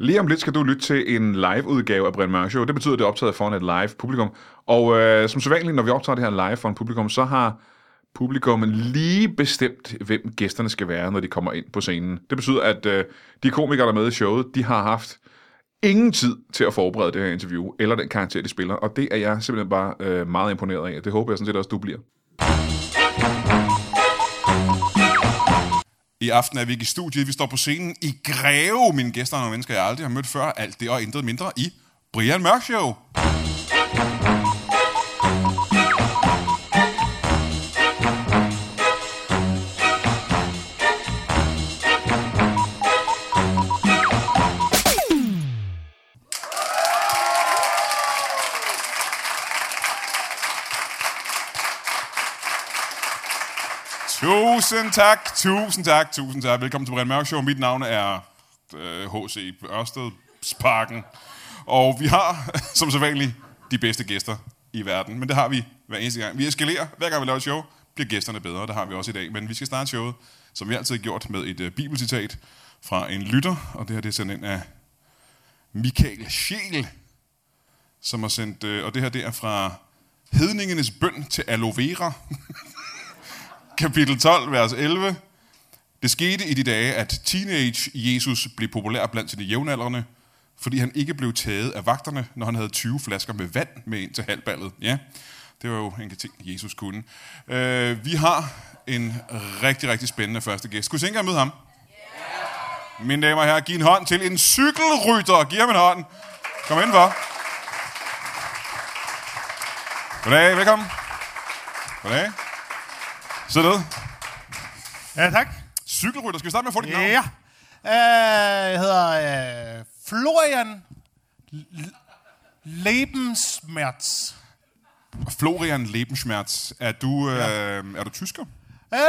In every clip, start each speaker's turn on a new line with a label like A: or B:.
A: Lige om lidt skal du lytte til en live-udgave af Brian Mørk Show. Det betyder, at det er optaget foran et live-publikum. Og øh, som sædvanligt, når vi optager det her live foran publikum, så har publikum lige bestemt, hvem gæsterne skal være, når de kommer ind på scenen. Det betyder, at øh, de komikere, der er med i showet, de har haft ingen tid til at forberede det her interview, eller den karakter, de spiller. Og det er jeg simpelthen bare øh, meget imponeret af. Det håber jeg sådan set også, du bliver.
B: I aften er vi ikke i studiet, vi står på scenen i Greve. Mine gæster er nogle mennesker, jeg aldrig har mødt før. Alt det og intet mindre i Brian Mørk Show. Tusind tak, tusind tak, tusind tak. Velkommen til Brian Mørk Show. Mit navn er øh, H.C. Ørsted Sparken. Og vi har, som sædvanligt, de bedste gæster i verden. Men det har vi hver eneste gang. Vi eskalerer. Hver gang vi laver et show, bliver gæsterne bedre. Det har vi også i dag. Men vi skal starte showet, som vi altid har gjort, med et øh, bibelcitat fra en lytter. Og det her det er sendt ind af Michael Scheel, som har sendt... Øh, og det her det er fra Hedningenes bøn til aloe vera kapitel 12, vers 11. Det skete i de dage, at teenage Jesus blev populær blandt sine jævnaldrende, fordi han ikke blev taget af vagterne, når han havde 20 flasker med vand med ind til halvballet. Ja, det var jo en ting, Jesus kunne. Øh, vi har en rigtig, rigtig spændende første gæst. Kunne I tænke jer at møde ham? Mine damer og herrer, giv en hånd til en cykelrytter. Giv ham en hånd. Kom ind for. Goddag, velkommen. Goddag. Sid ned.
C: Ja, tak.
B: Cykelrytter, skal vi starte med at få dit navn?
C: Ja. Øh, Jeg hedder øh, Florian L- Lebensmerz.
B: Florian Lebenschmerz, er du, øh, er du tysker?
C: Øh, nej,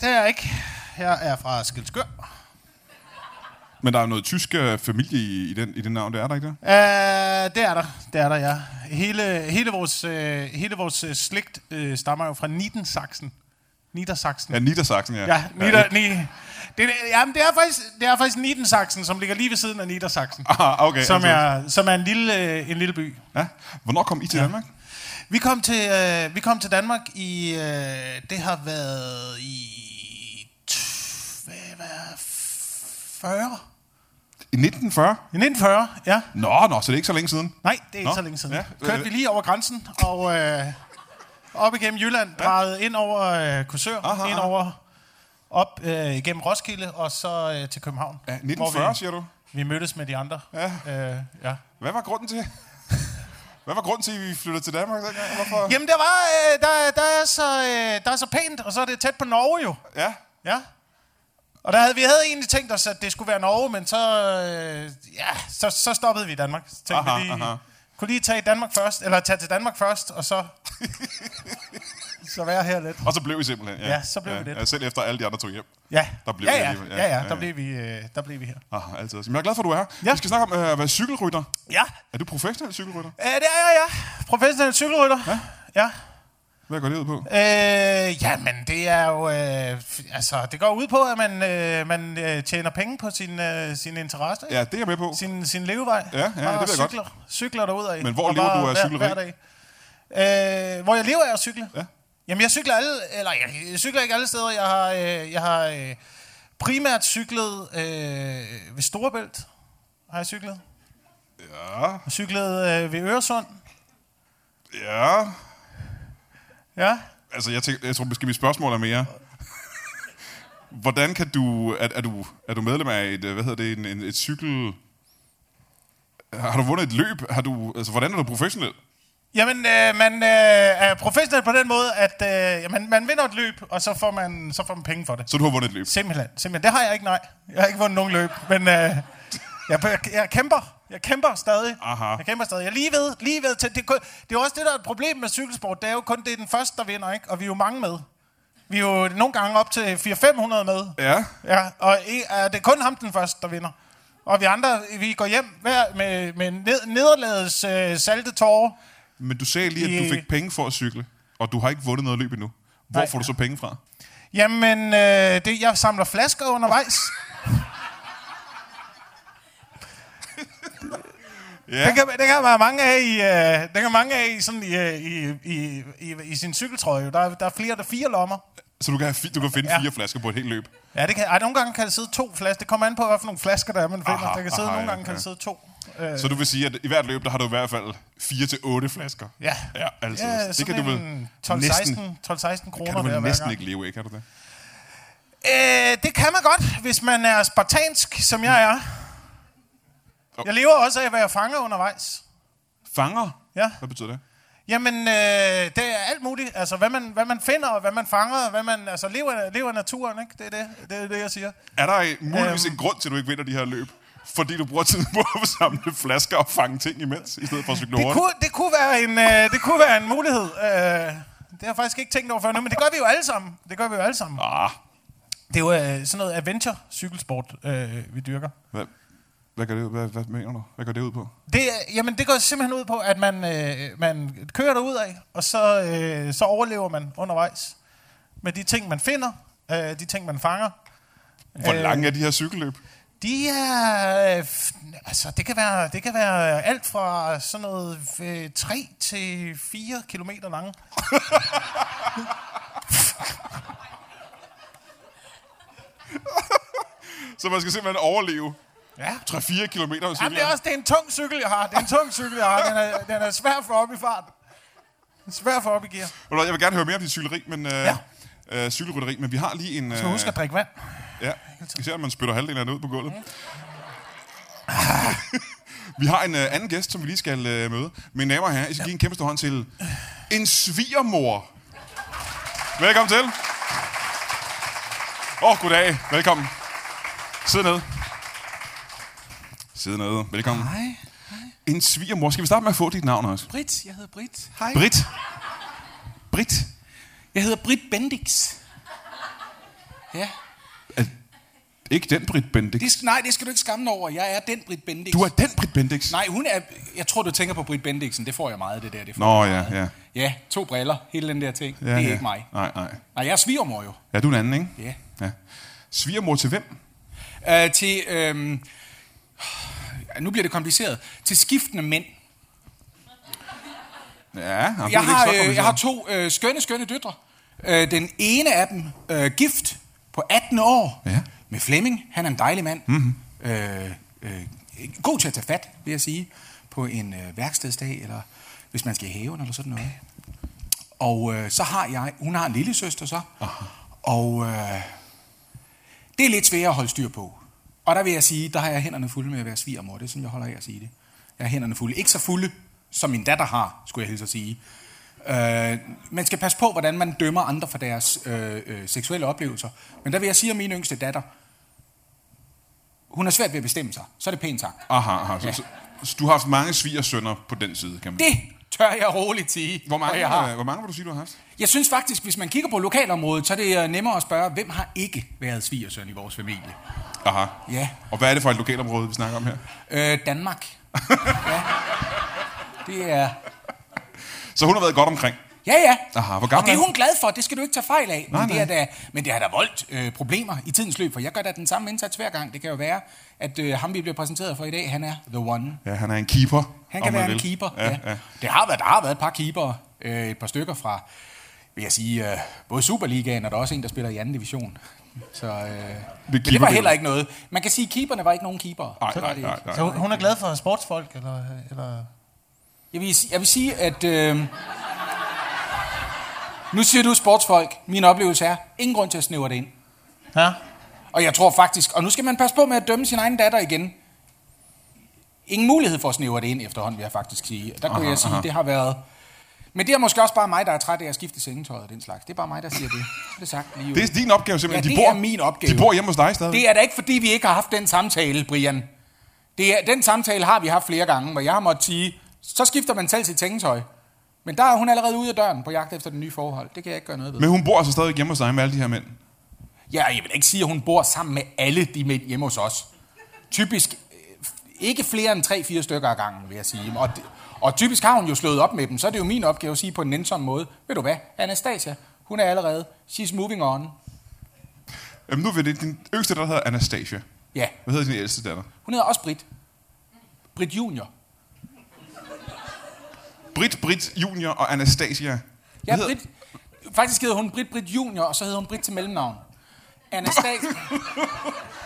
C: det er jeg ikke. Jeg er fra Øh, Skelskør.
B: Men der er jo noget tysk øh, familie i, i, den, i det navn, det er der ikke der?
C: Øh, det er der. Det er der, ja. Hele, hele vores, øh, hele vores øh, slægt øh, stammer jo fra Niedersachsen. Niedersachsen.
B: Ja, Niedersachsen, ja.
C: Ja, Nieder, ja, ni, det, jamen, det er faktisk, det er faktisk Niedersachsen, som ligger lige ved siden af Niedersachsen.
B: Ah, okay,
C: som,
B: altså.
C: er, som er en lille, øh, en lille by.
B: ja. Hvornår kom I til ja. Danmark?
C: Vi kom til, øh, vi kom til Danmark i, øh, det har været i, t- hvad, hvad, 40?
B: I 1940?
C: I 1940, ja.
B: Nå, nå, så det er ikke så længe siden.
C: Nej, det er ikke
B: Nå,
C: så længe siden.
B: ja.
C: Ja. Kørte vi lige over grænsen og øh, op igennem Jylland, drejede ind over øh, Korsør,
B: Aha,
C: ind
B: aha.
C: over, op øh, igennem Roskilde og så øh, til København.
B: Ja,
C: hvor
B: 1940,
C: vi,
B: siger du?
C: vi mødtes med de andre.
B: Ja.
C: Øh, ja.
B: Hvad var grunden til? Hvad var grunden til, at vi flyttede til Danmark dengang? Hvorfor?
C: Jamen, der, var, øh, der, der, er så, øh, der er så pænt, og så er det tæt på Norge jo.
B: Ja.
C: Ja. Og der havde, vi havde egentlig tænkt os, at det skulle være Norge, men så, øh, ja, så, så stoppede vi i Danmark. Så tænkte
B: Aha,
C: vi lige,
B: aha.
C: kunne lige tage, i Danmark først, eller tage til Danmark først, og så, så være her lidt.
B: Og så blev vi simpelthen. Ja,
C: Ja, så blev
B: ja.
C: vi det.
B: Ja, selv efter alle de andre tog hjem.
C: Ja,
B: Der blev vi
C: ja, ja,
B: alligevel.
C: ja, ja, der, Blev vi, øh, der blev vi her.
B: Ah, altid. også. Men jeg er glad for, at du er her.
C: Ja.
B: Vi skal snakke om øh, at være cykelrytter.
C: Ja,
B: Er du professionel cykelrytter?
C: øh, det er jeg, ja. Professionel cykelrytter.
B: Ja.
C: Ja.
B: Hvad går det ud på?
C: Øh, jamen, det er jo... Øh, f- altså, det går ud på, at man, øh, man øh, tjener penge på sin, øh, sin interesse.
B: Ja, det er jeg med på.
C: sin, sin levevej.
B: Ja, ja, det ved jeg
C: bare
B: godt.
C: cykler, godt. cykler derud af.
B: Men hvor lever du af cykleri?
C: Øh, hvor jeg lever af at cykle?
B: Ja.
C: Jamen, jeg cykler, alle, eller, jeg, jeg cykler ikke alle steder. Jeg har, øh, jeg har øh, primært cyklet øh, ved Storebælt. Har jeg cyklet.
B: Ja,
C: Jeg cyklet øh, ved Øresund.
B: ja.
C: Ja.
B: Altså, jeg, tænker, jeg tror måske, mit spørgsmål er mere... Hvordan kan du... Er, er, du, er du medlem af et, øh, hvad hedder det, en, en, et cykel... Har du vundet et løb? Har du, altså, hvordan er du professionel?
C: Jamen, øh, man øh, er professionel på den måde, at øh, jamen, man vinder et løb, og så får man, så får man penge for det.
B: Så du har vundet et løb.
C: Simpelthen, simpelthen. Det har jeg ikke, nej. Jeg har ikke vundet nogen løb, men øh, jeg, jeg, jeg kæmper. Jeg kæmper stadig.
B: Aha.
C: Jeg kæmper stadig. Jeg er lige ved, lige ved til, det, er kun- det er jo også det, der er et problem med cykelsport. Det er jo kun det er den første, der vinder, ikke? Og vi er jo mange med. Vi er jo nogle gange op til 400-500 med.
B: Ja.
C: Ja, og i- er det kun ham den første, der vinder. Og vi andre, vi går hjem hver med, med ned, nederlagets øh, salte tårer.
B: Men du sagde lige, at du fik penge for at cykle, og du har ikke vundet noget løb endnu. Hvor
C: Nej.
B: får du så penge fra?
C: Jamen, øh, det, jeg samler flasker undervejs.
B: Ja.
C: Ja. Det, kan, det kan være mange af i, øh, det kan mange af i, sådan i, øh, i, i, i, i sin cykeltrøje. Der, er- der er flere, der er fire lommer.
B: Så du kan, have fi- du kan finde
C: Ja.
B: fire flasker på et helt løb.
C: Ja, det kan, ej, nogle gange kan der sidde to flasker. Det kommer an på, hvad for nogle flasker der er, man finder.
B: Aha,
C: Aha, der kan sidde,
B: aha,
C: aha, nogle
B: ja,
C: gange ja. kan
B: ja.
C: der sidde to. Øh,
B: Så du vil sige, at i hvert løb, der har du i hvert fald fire til otte flasker.
C: ja.
B: Ja, altså.
C: ja,
B: det kan du vel næsten,
C: 12-16 12-16 kroner
B: kan du vel
C: der hver
B: næsten
C: gang.
B: ikke leve af, kan du det?
C: Øh, det kan man godt, hvis man er spartansk, som jeg er. Jeg lever også af at være fanger undervejs.
B: Fanger?
C: Ja.
B: Hvad betyder det?
C: Jamen, øh, det er alt muligt. Altså, hvad man, hvad man finder, og hvad man fanger, og hvad man altså, lever, af- lever af naturen, ikke? Det er det, det, er det jeg siger.
B: Er der øh, muligvis en grund til, at du ikke vinder de her løb? Fordi du bruger tiden på at samle flasker og fange ting imens, i stedet for at cykle
C: Det
B: hurtigt?
C: kunne, det kunne, være, en, øh, det kunne være en mulighed. Øh, det har jeg faktisk ikke tænkt over før nu, men det gør vi jo alle sammen. Det gør vi jo alle sammen.
B: Ah,
C: Det er jo øh, sådan noget adventure-cykelsport, øh, vi dyrker.
B: hvad, hvad, gør det, hvad, hvad mener du? Hvad går det ud på?
C: Det, er- jamen, det går simpelthen ud på, at man, øh, man kører derud af, og så, øh, så overlever man undervejs med de ting, man finder, øh, de ting, man fanger.
B: Hvor øh, lange er de her cykelløb?
C: De er, øh, f- altså, det kan være, det kan være alt fra sådan noget øh, 3 til 4 kilometer lange.
B: Så man skal simpelthen overleve
C: Ja.
B: 3-4 km med cykler.
C: Jamen, det er også det er en tung cykel, jeg har. Det er en tung cykel, jeg har. Den er, den er svær for op i fart. Den er svær for op i gear.
B: Ved du hvad, Jeg vil gerne høre mere om dit cykelrytteri, men, øh, ja. øh, cykelrytteri, men vi har lige en... Øh,
C: Du husker at drikke vand.
B: Ja, især når man spytter halvdelen af det ud på gulvet. vi har en øh, anden gæst, som vi lige skal øh, møde. Mine damer og herrer, I skal give en kæmpe stor hånd til en svigermor. Velkommen til. Åh, oh, goddag. Velkommen. Sid ned. Sid ned. Velkommen.
D: Hej,
B: En svigermor. Skal vi starte med at få dit navn også?
D: Britt. Jeg hedder Britt. Hej.
B: Britt. Britt.
D: Jeg hedder Britt Bendix. Ja.
B: Ikke den Britt Bendix.
D: Det, sk- nej, det skal du ikke skamme dig over. Jeg er den Britt Bendix.
B: Du er den Britt Bendix.
D: Nej, hun er... Jeg tror, du tænker på Britt Bendixen. Det får jeg meget, det der. Det får
B: Nå,
D: jeg
B: ja,
D: meget. Ja, to briller. Hele den der ting. Ja, det er
B: ja.
D: ikke mig.
B: Nej, nej.
D: Nej, jeg er svigermor jo.
B: Ja, du er en anden, ikke?
D: Ja.
B: ja. Svigermor til hvem?
D: Uh, til... Øhm, nu bliver det kompliceret. Til skiftende mænd.
B: Ja, jamen, det er
D: Jeg
B: ikke
D: har,
B: så
D: øh,
B: kompliceret.
D: jeg har to øh, skønne, skønne døtre. Øh, den ene af dem øh, gift på 18 år
B: Ja. Mhm.
D: med Flemming. Han er en dejlig mand. Mm-hmm. Øh, øh, god til at tage fat, vil jeg sige, på en øh, værkstedsdag, eller hvis man skal i haven eller sådan noget. Og øh, så har jeg, hun har en lille søster så, Aha. og øh, det er lidt sværere at holde styr på. Og der vil jeg sige, der har jeg hænderne fulde med at være svigermor, det er sådan, jeg holder af at sige det. Jeg har hænderne fulde. Ikke så fulde, som min datter har, skulle jeg helst at sige. Øh, man skal passe på, hvordan man dømmer andre for deres øh, øh, seksuelle oplevelser. Men der vil jeg sige om min yngste datter, hun har svært ved at bestemme sig. Så er det pænt sagt.
B: Aha, aha. Så,
D: Ja.
B: så, så, du har haft mange svigersønner på den side, kan man
D: Det tør jeg roligt sige.
B: Hvor mange,
D: og jeg har.
B: øh, hvor mange vil du sige, du har haft?
D: Jeg synes faktisk, hvis man kigger på lokalområdet, så er det øh, nemmere at spørge, hvem har ikke været svigersøn i vores familie?
B: Aha.
D: Ja.
B: Og hvad er det for et lokalområde, vi snakker om her?
D: Øh, Danmark. ja. Det er...
B: Så hun har været godt omkring.
D: Ja, ja.
B: Aha, hvor gammel
D: og det
B: er
D: er
B: hun?
D: hun glad for, det skal du ikke tage fejl af.
B: Nej,
D: men, det er
B: nej.
D: da, men det har da voldt øh, problemer i tidens løb, for jeg gør da den samme indsats hver gang. Det kan jo være, at øh, ham vi bliver præsenteret for i dag, han er the one.
B: Ja, han er en keeper.
D: Han
B: om
D: kan
B: man
D: være en
B: vil.
D: keeper.
B: Ja, ja. ja.
D: Det har været, der har været et par keeper, øh, et par stykker fra, vil jeg sige, øh, både Superligaen og der er også en, der spiller i anden division. Så øh, men det var
B: keeper-
D: heller ikke noget. Man kan sige, at keeperne var ikke nogen keeper.
B: Nej,
D: Så var
B: nej,
D: det
B: nej,
D: ikke.
B: nej.
C: Så hun- hun er glad for sportsfolk, eller... eller
D: Jeg vil, jeg vil sige, at... Øh, nu siger du sportsfolk. Min oplevelse er, ingen grund til at snævre det ind.
C: ja.
D: Og jeg tror faktisk, og nu skal man passe på med at dømme sin egen datter igen. Ingen mulighed for at snævre det ind efterhånden, vil jeg faktisk sige. Der kunne
B: Aha,
D: aha, jeg sige,
B: aha.
D: aha. det har været... Men det er måske også bare mig, der er træt af at skifte sengetøj og den slags. Det er bare mig, der siger det. Det er sagt lige ud.
B: Det er din opgave simpelthen.
D: Ja,
B: de
D: det
B: bor,
D: er min opgave.
B: De bor hjemme hos dig stadig.
D: Det er da ikke, fordi vi ikke har haft den samtale, Brian. Det er, den samtale har vi haft flere gange, hvor jeg har måttet sige, så skifter man selv sit tænketøj. Men der er hun allerede ude af døren på jagt efter det nye forhold. Det kan jeg ikke gøre noget ved.
B: Men hun bor altså stadig hjemme hos dig med alle de her mænd.
D: Ja, jeg vil ikke sige, at hun bor sammen med alle de mænd hjemme hos os. Typisk øh, ikke flere end 3-4 stykker ad gangen, vil jeg sige. Og, det- og typisk har hun jo slået op med dem, så er det jo min opgave at sige på en nænsom måde, ved du hvad, Anastasia, hun er allerede, she's moving on.
B: Jamen, Øhm, nu ved det din yngste datter hedder Anastasia.
D: Ja,
B: Hvad hedder din ældste datter?
D: hun hedder også Britt. Britt Junior.
B: Brit, Brit Junior og Anastasia.
D: Ja, Brit, faktisk hedder hun Brit Brit Junior, og så hedder hun Brit til mellemnavn. Anastasia.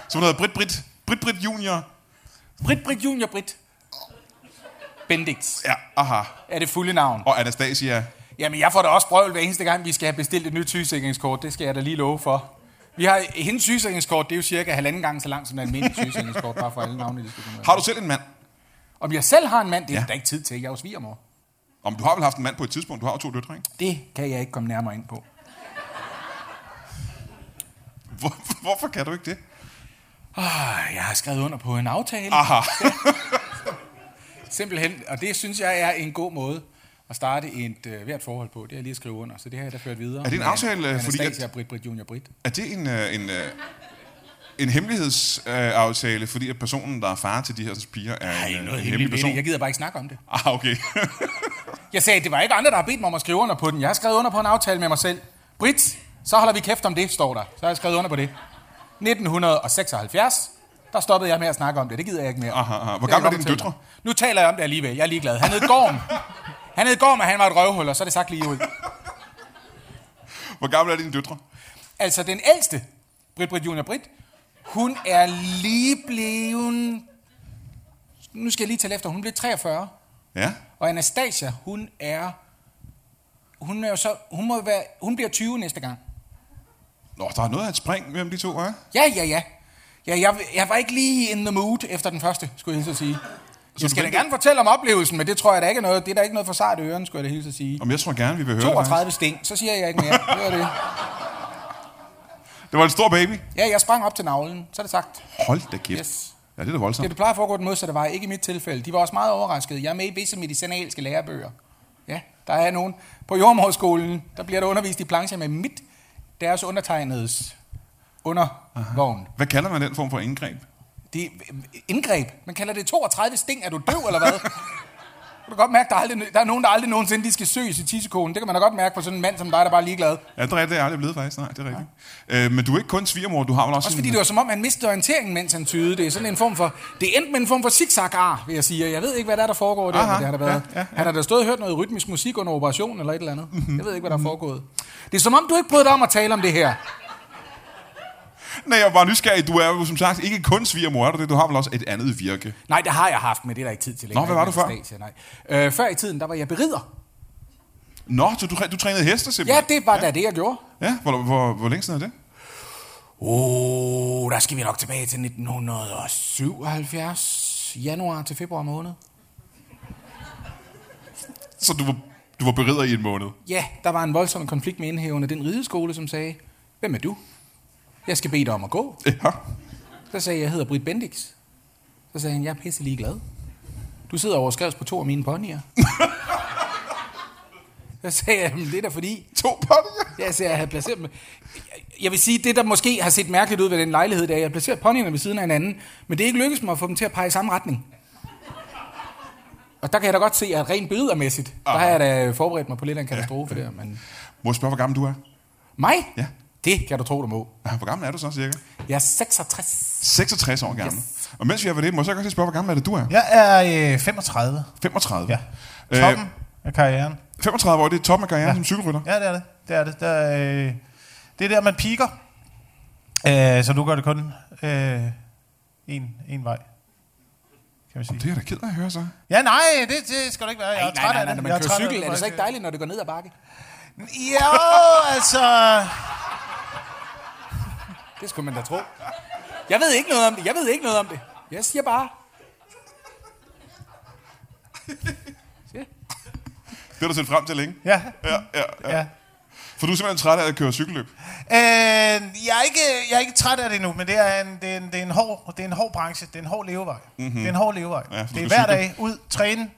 B: Så hun hedder Brit, Brit, Brit, Brit Junior.
D: Brit Brit Junior Brit. Bendix
B: Ja, aha.
D: er det fulde navn.
B: Og Anastasia.
D: Jamen, jeg får da også prøvet hver eneste gang, vi skal have bestilt et nyt sygesikringskort. Det skal jeg da lige love for. Vi har, hendes sygesikringskort, det er jo cirka halvanden gang så langt, som et almindeligt sygesikringskort, bare for alle navne, det skal kunne være.
B: Har du selv en mand?
D: Om jeg selv har en mand, det er
B: Ja.
D: ja. der ikke tid til. Jeg er jo svigermor.
B: Om du har vel haft en mand på et tidspunkt? Du har jo to døtre, ikke?
D: Det kan jeg ikke komme nærmere ind på.
B: Hvor, hvorfor kan du ikke det?
D: Ah, Jeg har skrevet under på en aftale.
B: Aha.
D: Simpelthen, og det synes jeg er en god måde at starte et øh, hvert forhold på. Det har jeg lige skrevet under, så det har jeg da ført videre.
B: Er det en
D: Med
B: aftale, øh, fordi
D: Anastasia, fordi...
B: at-
D: Britt, Britt, Junior, Britt.
B: Er det en, øh, en, øh, en hemmelighedsaftale, fordi at personen, der er far til de her piger, er en, øh, en hemmelig person?
D: Jeg gider bare ikke snakke om det.
B: Ah, okay.
D: Jeg sagde, det var ikke andre, der har bedt mig om at skrive under på den. Jeg har skrevet under på en aftale med mig selv. Britt, så holder vi kæft om det, står der. Så har jeg skrevet under på det. 1976, der stoppede jeg med at snakke om det. Det gider jeg ikke mere.
B: Aha, aha. Hvor
D: Det vil
B: gamle
D: jeg
B: er
D: godt
B: dine
D: fortælle
B: døtre?
D: dig. Nu taler jeg om det alligevel. Jeg er ligeglad. Han hed Gorm. Han hed Gorm, og han var et røvhul, og så er det sagt lige ud.
B: Hvor gamle er dine døtre?
D: Altså den ældste, Britt Britt Junior Britt, hun er lige blevet... Nu skal jeg lige tælle efter. Hun blev 43.
B: Ja.
D: Og Anastasia, hun er... Hun, er jo så, hun, må jo være, hun bliver 20 næste gang.
B: Nå, der er noget af et spring mellem de to, hva'?
D: Ja, ja, ja. ja jeg, jeg var ikke lige in the mood efter den første, skulle jeg hilse at sige. Så jeg
B: du
D: skal da
B: venter-
D: gerne fortælle om oplevelsen, men det tror jeg da ikke er noget. Det er da ikke noget for sart i ørerne, skulle jeg da hilse at sige.
B: Om jeg tror gerne, vi vil høre det, faktisk.
D: 32 sting, så siger jeg ikke mere. Det var det.
B: Det var en stor baby.
D: Ja, jeg sprang op til navlen, så er det sagt.
B: Hold da kæft.
D: Yes.
B: Ja, det er da
D: Ja,
B: voldsomt.
D: det plejer at foregå den modsatte vej, ikke i mit tilfælde. De var også meget overraskede. Jeg er med i visse medicinalske lærebøger. Ja, der er nogen. På jordmorskolen, der bliver der undervist i plancher med mit, deres undertegnedes undervogn.
B: Hvad kalder man den form for indgreb?
D: Det er indgreb. Man kalder det 32 sting. Er du døv, eller hvad? Du kan godt mærke, der er, aldrig, der er nogen, der aldrig nogensinde de skal søges i tissekonen. Det kan man da godt mærke på sådan en mand som dig, der bare er ligeglad.
B: André, det er jeg aldrig blevet faktisk. Nej, det er rigtigt. Ja. Øh, men du er ikke kun svigermor, du har vel også...
D: Også
B: en-
D: fordi det var som om, han mistede orienteringen, mens han tyede. Det er sådan en form for... Det endte med en form for zigzag-ar, vil jeg sige. Jeg ved ikke, hvad der, er, der foregår der,
B: Aha,
D: men det har der været.
B: ja, Mhm. ja, ja.
D: Han har da stået og hørt noget rytmisk musik under operation eller et eller andet. Jeg ved ikke, hvad der er foregået. Det er som om, du ikke bryder dig om at tale om det her.
B: Nej, jeg var bare nysgerrig. Du er jo som sagt ikke kun svigermor, er du det? Du har vel også et andet virke.
D: Nej, det har jeg haft, men det er der ikke tid til længere.
B: hvad var du før?
D: Anastasia, nej. Øh, før i tiden, der var jeg berider.
B: Nå, så du, du trænede heste
D: Ja,
B: simpelthen?
D: det var ja. da det, jeg gjorde.
B: Ja, hvor, hvor, hvor længe siden er det?
D: Oh, der skal vi nok tilbage til 1977. Januar til februar måned.
B: Så du var, du var berider i en måned.
D: Ja, der var en voldsom konflikt med indhævende den rideskole, som sagde, hvem er du? Jeg skal bede dig om at gå.
B: Ja.
D: Så sagde jeg, jeg hedder Britt Bendix. Så sagde han, jeg er pisse glad. Du sidder overskrevs på to af mine ponyer. Så sagde jeg, "Men det er da fordi,
B: To potter.
D: Ja, så jeg havde placeret dem. Jeg vil sige, det der måske har set mærkeligt ud ved den lejlighed, det er, at jeg har placeret ponyerne ved siden af hinanden, men det er ikke lykkedes mig at få dem til at pege i samme retning. Og der kan jeg da godt se, at rent billedermæssigt, der har jeg da forberedt mig på lidt af en katastrofe der. Men
B: Må jeg spørge, hvor gammel du er?
D: mig?
B: Ja.
D: Det kan du tro, du må.
B: Ja, Hvor gammel er du så cirka?
D: Jeg er 66.
B: 66 år gammel. Yes. Og mens vi er ved det, må jeg så godt lige spørge, hvor gammel er det, du er?
C: Jeg er øh, 35.
B: 35.
C: Ja.
B: Øh,
C: Toppen af karrieren.
B: 35 år, det er toppen af karrieren ja. som cykelrytter.
C: Ja, det er det. Det er det. Der, er, øh, det er der, man piker. Øh, så du gør det kun øh, en, en vej, kan man sige.
B: Det er jeg da ked af at høre så.
C: Ja, nej, det, det skal du ikke være. Jeg er træt af det.
D: når
C: Jeg er
D: man kører
C: træt af
D: cykel, er det så ikke
C: faktisk.
D: dejligt, når det går ned ad bakke?
C: Jo, altså...
D: Det skulle man da tro. Jeg ved ikke noget om det, jeg ved ikke noget om det. Jeg siger bare,
B: Det har du set frem til længe.
C: Ja,
B: Ja, ja, ja.
C: ja.
B: For du er simpelthen træt af at køre cykelløb.
C: Øh, jeg, er ikke, jeg er ikke træt af det endnu, men det er en, det er en, det er en, hård, det er en hård branche. Det er en hård levevej.
D: Mhm.
C: Mm-hmm. Det er en hård levevej.
B: Ja,
C: Ja,
B: for
C: det
B: du
C: er
B: skal
C: hver
B: cykle.
C: dag ud, træne.
B: Du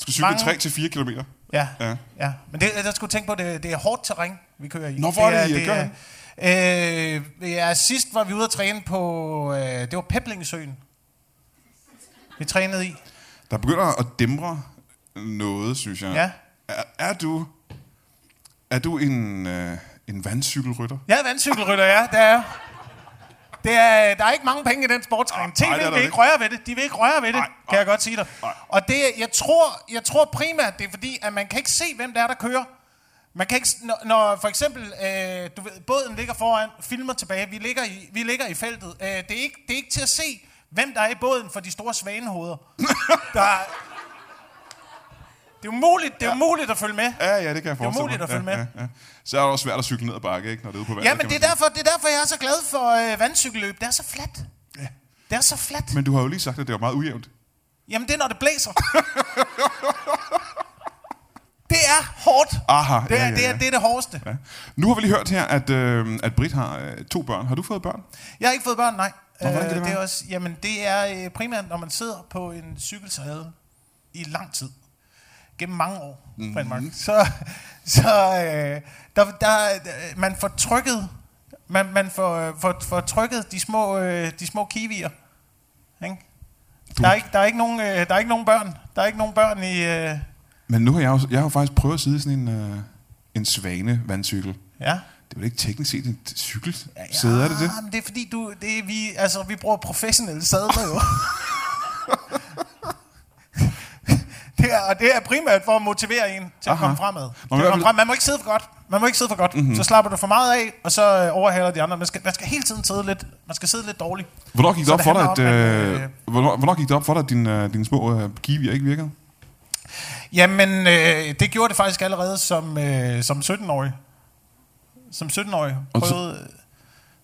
B: skal cykle
C: Mange-
B: 3-4 kilometer.
C: Ja,
B: Ja.
C: ja. ja. Men det, der skulle tænke på, det, det er hårdt terræn, vi kører i.
B: Nå, hvor er det, I gør
C: er, det er, øh, ja, sidst var vi ude at træne på, øh, det var Peblingsøen, vi trænede i.
B: Der begynder at dæmre noget, synes jeg.
C: Ja.
B: Er, er du, er du en, øh, en vandcykelrytter?
C: Jeg er vandcykelrytter, ja, det er jeg. Det er, øh, der er ikke mange penge i den sportsgren. TV
B: nej, det er der
C: vil ikke
B: ikke.
C: røre ved det. De vil ikke røre ved det,
B: Nej,
C: kan
B: nej,
C: jeg godt sige dig. Og det, jeg, tror, jeg tror primært, det er fordi, at man kan ikke se, hvem der er, der kører. Man kan ikke, s- når, når for eksempel øh, du ved, båden ligger foran, filmer tilbage, vi ligger i, vi ligger i feltet. Øh, det, er ikke, det er ikke til at se, hvem der er i båden for de store svanehoveder. der er, det er umuligt, det er umuligt at følge med.
B: Ja, ja, det kan jeg forestille
C: umuligt
B: mig.
C: at følge
B: ja,
C: med.
B: Ja, ja. Så er det også svært at cykle ned ad bakke, ikke, når det er ude på vandet.
C: Ja, men
B: Altså, kan
C: det er,
B: man sige.
C: derfor, det er derfor, jeg er så glad for øh, vandcykelløb. Det er så fladt. Det er så fladt.
B: Men du har jo lige sagt, at det var meget ujævnt.
C: Jamen, det er, når det blæser. det er hårdt.
B: Aha,
C: det, er,
B: ja, ja,
C: Det, er,
B: ja.
C: det er det hårdeste. Ja.
B: Ja. Nu har vi lige hørt her, at, øh, at Britt har øh, to børn. Har du fået børn?
C: Jeg har ikke fået børn, nej.
B: Nå, hvordan kan det
C: Øh, det er
B: være?
C: også, jamen, det er øh, primært, når man sidder på en cykelsadel i lang tid. Gennem mange år,
B: Mhm.
C: mm. Mark. Så, så øh, der, der, øh, man får trykket, man, man får, øh, får, får trykket de små, øh, de små kiwier. Ikke? Der, er ikke, der, er ikke nogen, øh, der er ikke nogen børn. Der er ikke nogen børn i... Øh,
B: Men nu har jeg jo, jeg har jo faktisk prøvet at sidde i sådan en, øh, en svane vandcykel.
C: ja.
B: Det er vel ikke teknisk set en t- cykel? Sæde, er det det?
C: Ah, men det er fordi, du, det er, vi, altså, vi bruger professionelle sadler jo. det er, og det er primært for at motivere en til Aha. at
B: Aha.
C: komme fremad. Til
B: i
C: at
B: hvert fald- Mhm.
C: komme frem. Man må ikke sidde for godt. Man må ikke sidde for godt. Mm-hmm. Så slapper du for meget af, og så øh, overhaler de andre. Man skal, man skal hele tiden sidde lidt, man skal sidde lidt dårligt.
B: Hvornår gik det
C: Så
B: op
C: det
B: for dig, at,
C: handler om, at,
B: øh,
C: øh,
B: hvornår, hvornår gik det op for dig, at dine, øh, dine små øh, kiwier ikke virkede?
C: Jamen, øh, det gjorde det faktisk allerede som, øh, som 17-årig. Som 17-årig
B: Og så-
C: prøvede,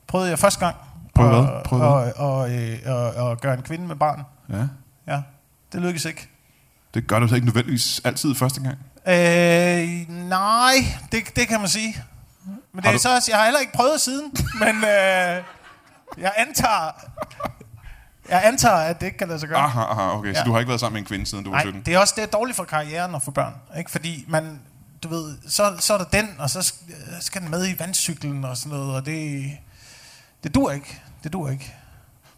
C: prøvede jeg første gang
B: Prøvede hvad?
C: at,
B: Prøvede
C: og, og, øh, og, og gøre en kvinde med barn.
B: Ja,
C: Ja, det lykkedes ikke.
B: det gør det så ikke nødvendigvis altid første gang.
C: Øh, nej, det, det kan man sige. Men det
B: Har
C: er
B: du-
C: så også, jeg har heller ikke prøvet siden, men øh, jeg antager, jeg antager, at det ikke kan lade sig gøre.
B: Aha, aha, okay. Så
C: Ja.
B: du har ikke været sammen med en kvinde, siden du var
C: Nej,
B: 17?
C: det er også det er dårligt for karrieren at få børn, ikke? Fordi man, du ved, så, så er der den, og så sk- øh, skal den med i vandcyklen og sådan noget, og det, det dur ikke. Det dur ikke.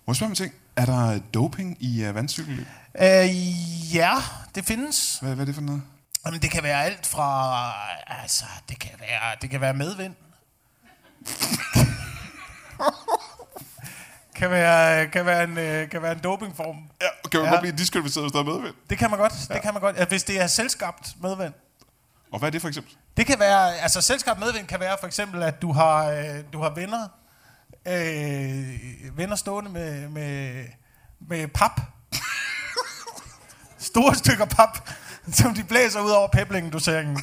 B: Må jeg spørge om en ting? Er der øh, doping i uh, vandcykelløb?
C: Øh, ja, det findes.
B: Hvad, hvad er det for noget?
C: Jamen, det kan være alt fra... Altså, det kan være, det kan være medvind. kan, være, kan, være en, øh, kan være en dopingform.
B: Ja, kan man
C: Ja.
B: godt blive diskvalificeret, hvis der er medvind?
C: Det kan man godt. Ja. Det kan man godt. Ja, hvis det er selskabt medvind.
B: Og hvad er det for eksempel?
C: Det kan være... Altså, selskabt medvind kan være for eksempel, at du har, øh, du har venner, øh, venner stående med, med, med pap. Store stykker pap, som de blæser ud over peblingen, du ser ikke?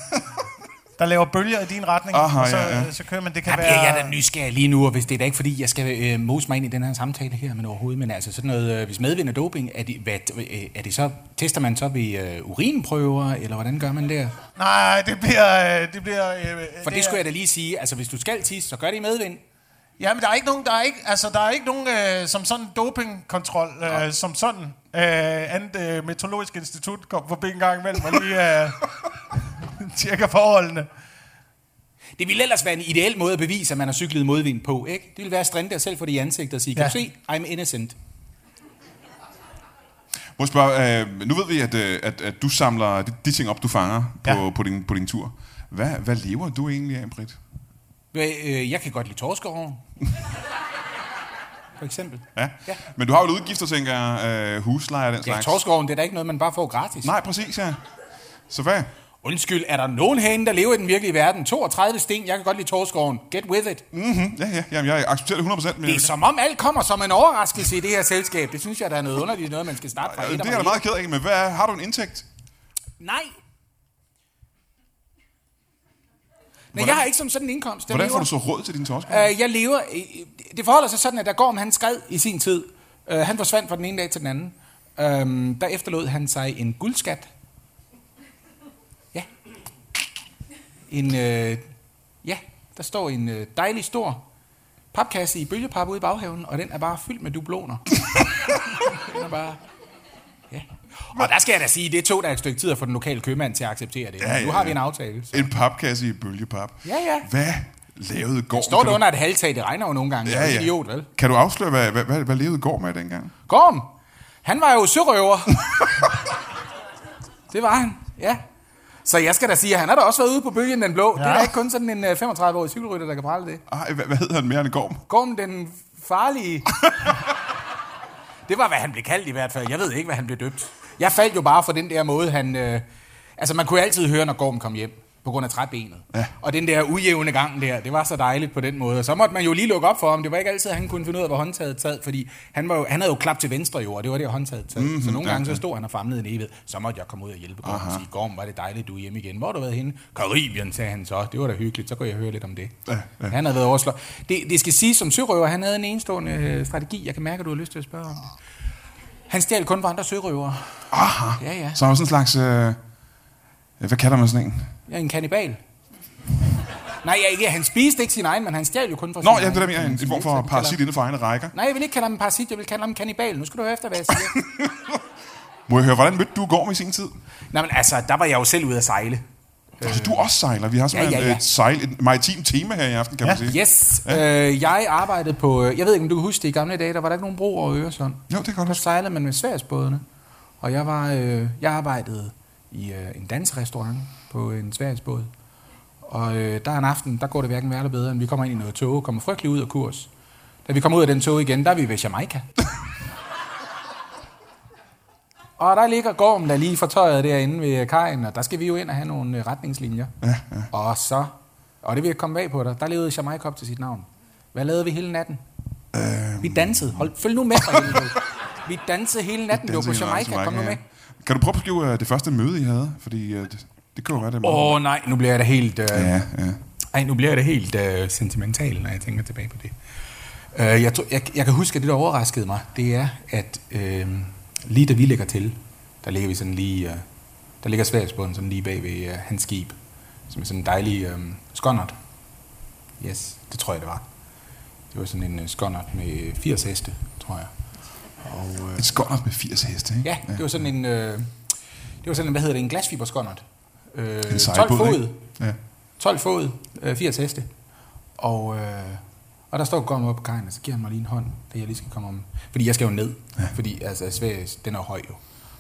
C: Der laver bølger i din retning,
B: Aha,
C: og så,
B: ja, ja.
C: så kører man. Det kan
D: Der bliver jeg da
C: være...
D: nysgerrig lige nu, og hvis det er da ikke, fordi jeg skal øh, mose mig ind i den her samtale her, men overhovedet, men altså sådan noget, øh, hvis medvind er doping, er det, hvad, øh, er det så, tester man så ved øh, urinprøver, eller hvordan gør man der?
C: Nej, det bliver... øh, Det bliver øh,
D: For det, det skulle jeg da lige sige, altså hvis du skal tisse, så gør det i medvind.
C: Ja, men der er ikke nogen, der er ikke, altså, der er ikke nogen øh, som sådan dopingkontrol, øh, som sådan. Øh, andet øh, meteorologisk institut kom forbi en gang imellem og lige øh, tjekker forholdene.
D: Det ville ellers være en ideel måde at bevise, at man har cyklet i modvind på, ikke? Det ville være at strinde dig selv for det i ansigtet og sige, kan
C: Ja.
D: ja. du se, I'm innocent.
B: Må jeg spørge, øh, nu ved vi, at, øh, at, at du samler de, de ting op, du fanger på,
C: Ja.
B: ja. på, din, på din tur. Hvad, hvad lever du egentlig af, Britt?
D: Øh, øh, jeg kan godt lide torskeroven. For eksempel.
B: Ja.
D: Ja.
B: ja. Men du har jo udgifter, tænker jeg, øh, husleje og den
D: Ja,
B: slags.
D: torskeroven, det er da ikke noget, man bare får gratis.
B: Nej, præcis, ja. Så hvad?
D: Undskyld, er der nogen herinde, der lever i den virkelige verden? 32 sten, jeg kan godt lide torskeroven. Get with it.
B: Mm-hmm. Ja, ja, jamen, jeg accepterer det 100%. Men
D: Det er som om alt kommer som en overraskelse i det her selskab. Det synes jeg, der er noget underligt noget, man skal starte fra.
B: Ja,
D: et
B: det er
D: og
B: jeg da
D: fra
B: meget ked af, men hvad er, har du en indtægt?
D: ni. Nej. Nej, jeg har ikke som sådan en indkomst. Jeg
B: Hvordan
D: lever,
B: får du så råd til din torsk?
D: Øh, jeg lever... øh, Det forholder sig sådan, at der går om han skred i sin tid. Øh, han forsvandt fra den ene dag til den anden. Øh, der efterlod han sig en guldskat. Ja. En... Øh, ja, der står en øh, dejlig stor papkasse i bølgepap ude i baghaven, og den er bare fyldt med dubloner. den er bare... Ja. Og der skal jeg da sige, det tog der et stykke tid at få den lokale købmand til at acceptere det.
B: Ja,
D: Ja, nu
B: ja,
D: har
B: ja.
D: vi en aftale. Så.
B: En papkasse i bølgepap.
D: Øh. Ja, ja.
B: Hvad lavede Gorm?
D: Står
B: Kan
D: det
B: du-
D: under et halvtag, det regner jo nogle gange. Ja, ja. Jeg er jo idiot, vel?
B: Kan du afsløre, hvad, hvad, hvad, hvad levede Gorm af dengang?
D: Gorm, han var jo sørøver. det var han, ja. Så jeg skal da sige, at han har da også været ude på bølgen den blå. Ja. Det er da ikke kun sådan en øh, 35-årig cykelrytter, der kan prale det.
B: Ej, hvad, hvad hed han mere end Gorm?
D: Gorm den farlige. det var, hvad han blev kaldt i hvert fald. Jeg ved ikke, hvad han blev døbt. Jeg faldt jo bare for den der måde, han... Øh, altså, man kunne altid høre, når Gorm kom hjem på grund af træbenet. Ja. Og den der ujævne gang der, det var så dejligt på den måde. Og så måtte man jo lige lukke op for ham. Det var ikke altid, at han kunne finde ud af, hvor håndtaget sad, fordi han, var jo, han havde jo klap til venstre jo, og det var det, håndtaget sad. Mm-hmm, så nogle gange så stod han og famlede en evighed. Så måtte jeg komme ud og hjælpe Gorm og sige, Gorm, var det dejligt, du er hjemme igen. Hvor har du været henne? Karibien, sagde han så. Det var da hyggeligt, så kunne jeg høre lidt om det. Ja, ja. Han havde været overslået. Det, det skal sige som sørøver, han havde en enestående øh, strategi. Jeg kan mærke, at du har lyst til at spørge om det. Han stjal kun fra andre sørøvere.
B: Aha.
D: Ja, ja.
B: Så er jo sådan en slags... Øh, hvad kalder man sådan en?
D: Jeg er en kannibal. Nej, jeg, ikke. han spiste ikke sin egen, men han stjal jo kun fra
B: Nå,
D: sin
B: ja,
D: egen.
B: det der mere en, en form for
D: Så du kalder
B: parasit inden for egne rækker.
D: ham- Nej, jeg vil ikke kalde ham en parasit, jeg vil kalde ham en kannibal. Nu skal du høre efter, hvad jeg siger.
B: Må jeg høre, hvordan mødte du Gorm i sin tid?
D: Nej, men altså, der var jeg jo selv ude at sejle.
B: Altså, du også sejler. Vi har simpelthen
D: Øh.
B: ja,
D: ja,
B: ja,
D: ja.
B: ja. et, sejl, et maritimt tema her i aften, kan ja. man sige.
D: Yes, øh, jeg arbejdede på... øh, Jeg ved ikke, om du kan huske det i gamle dage, der var der ikke nogen bro over Øresund.
B: Jo, det kan jeg godt
D: Der
B: huske.
D: sejlede man med Sverigesbådene. Og jeg, var, øh, jeg arbejdede i øh, en dansrestaurant på en Sverigesbåd. Og øh, der er en aften, der går det hverken værre eller bedre, end vi kommer ind i noget tog, kommer frygtelig ud af kurs. Da vi kommer ud af den tog igen, der er vi ved Jamaica. og der ligger Gorm, der lige får tøjet derinde ved øh, kajen, og der skal vi jo ind og have nogle øh, retningslinjer. Ja, ja. Og så, og det vil jeg komme bag på dig, der levede Jamaica op til sit navn. Hvad lavede vi hele natten? Øhm... Vi dansede. Hold, følg nu med for helvede. Vi dansede hele natten, det var på
B: Dancing Around
D: Jamaica. Kom nu med.
B: Kan du prøve at beskrive øh, det første møde, I havde? Fordi øh, det, det kunne jo være det. er meget-
D: Åh oh, nej, nu bliver jeg da helt... Øh...
B: Ja, ja.
D: Ej, nu bliver jeg da helt øh, sentimental, når jeg tænker tilbage på det. Øh, jeg, tror, jeg, jeg kan huske, at det, der overraskede mig, det er, at øh, lige da vi ligger til, der ligger vi sådan lige... Øh, der ligger Sverigesbunden sådan lige bag ved øh, hans skib, som er sådan en dejlig øh, skonnert. Yes, det tror jeg, det var. Det var sådan en øh, skonnert med 80 heste, tror jeg. Og, øh,
B: Et skåndert med 80 heste, ikke?
D: ja, det var sådan en... Øh, det var sådan en, hvad hedder det, en glasfiberskonnert. Øh,
B: En
D: 12
B: sejlbåd,
D: fod.
B: ikke? Ja.
D: 12 fod, øh, 80 heste. Og, øh, og der står Gorm op på kajen, og så giver han mig lige en hånd, da jeg lige skal komme om. Fordi jeg skal jo ned, ja. fordi altså, Sverige, den er jo høj jo,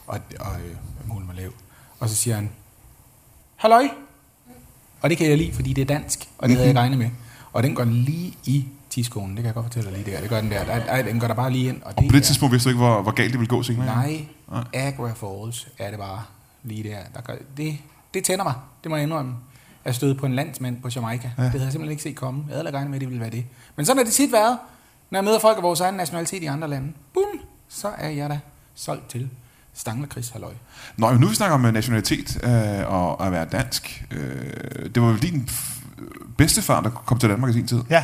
D: og, og øh, mulen var lav. Og så siger han, halløj! Og det kan jeg lide, fordi det er dansk, og det havde jeg
B: Mhm.
D: ikke regnet med. Og den går lige i tiskonen, det kan jeg godt fortælle dig lige der. Det gør den der, ej, ej, den går der bare lige ind. Og,
B: Og
D: det
B: på det
D: er-
B: tidspunkt vidste du ikke, hvor, hvor galt det ville gå senere?
D: Nej, Agra Falls er det bare lige der. der gør, det, det tænder mig, det må jeg indrømme. Jeg støde på en landsmand på Jamaica. Ja. Det havde jeg simpelthen ikke set komme. Jeg havde da regnet med, at det ville være det. Men sådan har det tit været, når jeg møder folk af vores egen nationalitet i andre lande. Bum, så er jeg da solgt til Stanglerkrigs Halløj.
B: Nå, jo, nu vi snakker om øh, nationalitet øh, og at være dansk. Øh, det var vel din f- bedstefar, der kom til Danmark i sin tid.
C: Ja,